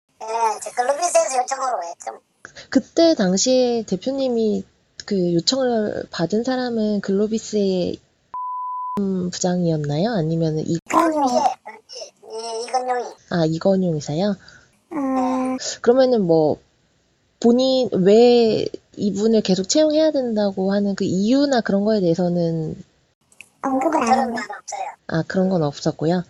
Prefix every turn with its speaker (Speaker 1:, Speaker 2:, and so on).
Speaker 1: 그냥 네, 이제 근로비서에서 요청으로 예, 했죠.
Speaker 2: 그때 당시에 대표님이 그 요청을 받은 사람은 글로비스의 음, 부장이었나요? 아니면 이,
Speaker 3: 그럼요.
Speaker 1: 이게 이, 이건용이 네.
Speaker 2: 아, 이건용 이사요?
Speaker 3: 음,
Speaker 2: 그러면은 뭐 본인 왜 이분을 계속 채용해야 된다고 하는 그 이유나 그런 거에 대해서는
Speaker 3: 언급을 안
Speaker 1: 그런
Speaker 3: 했네.
Speaker 1: 건 없어요.
Speaker 2: 아, 그런 건 없었고요.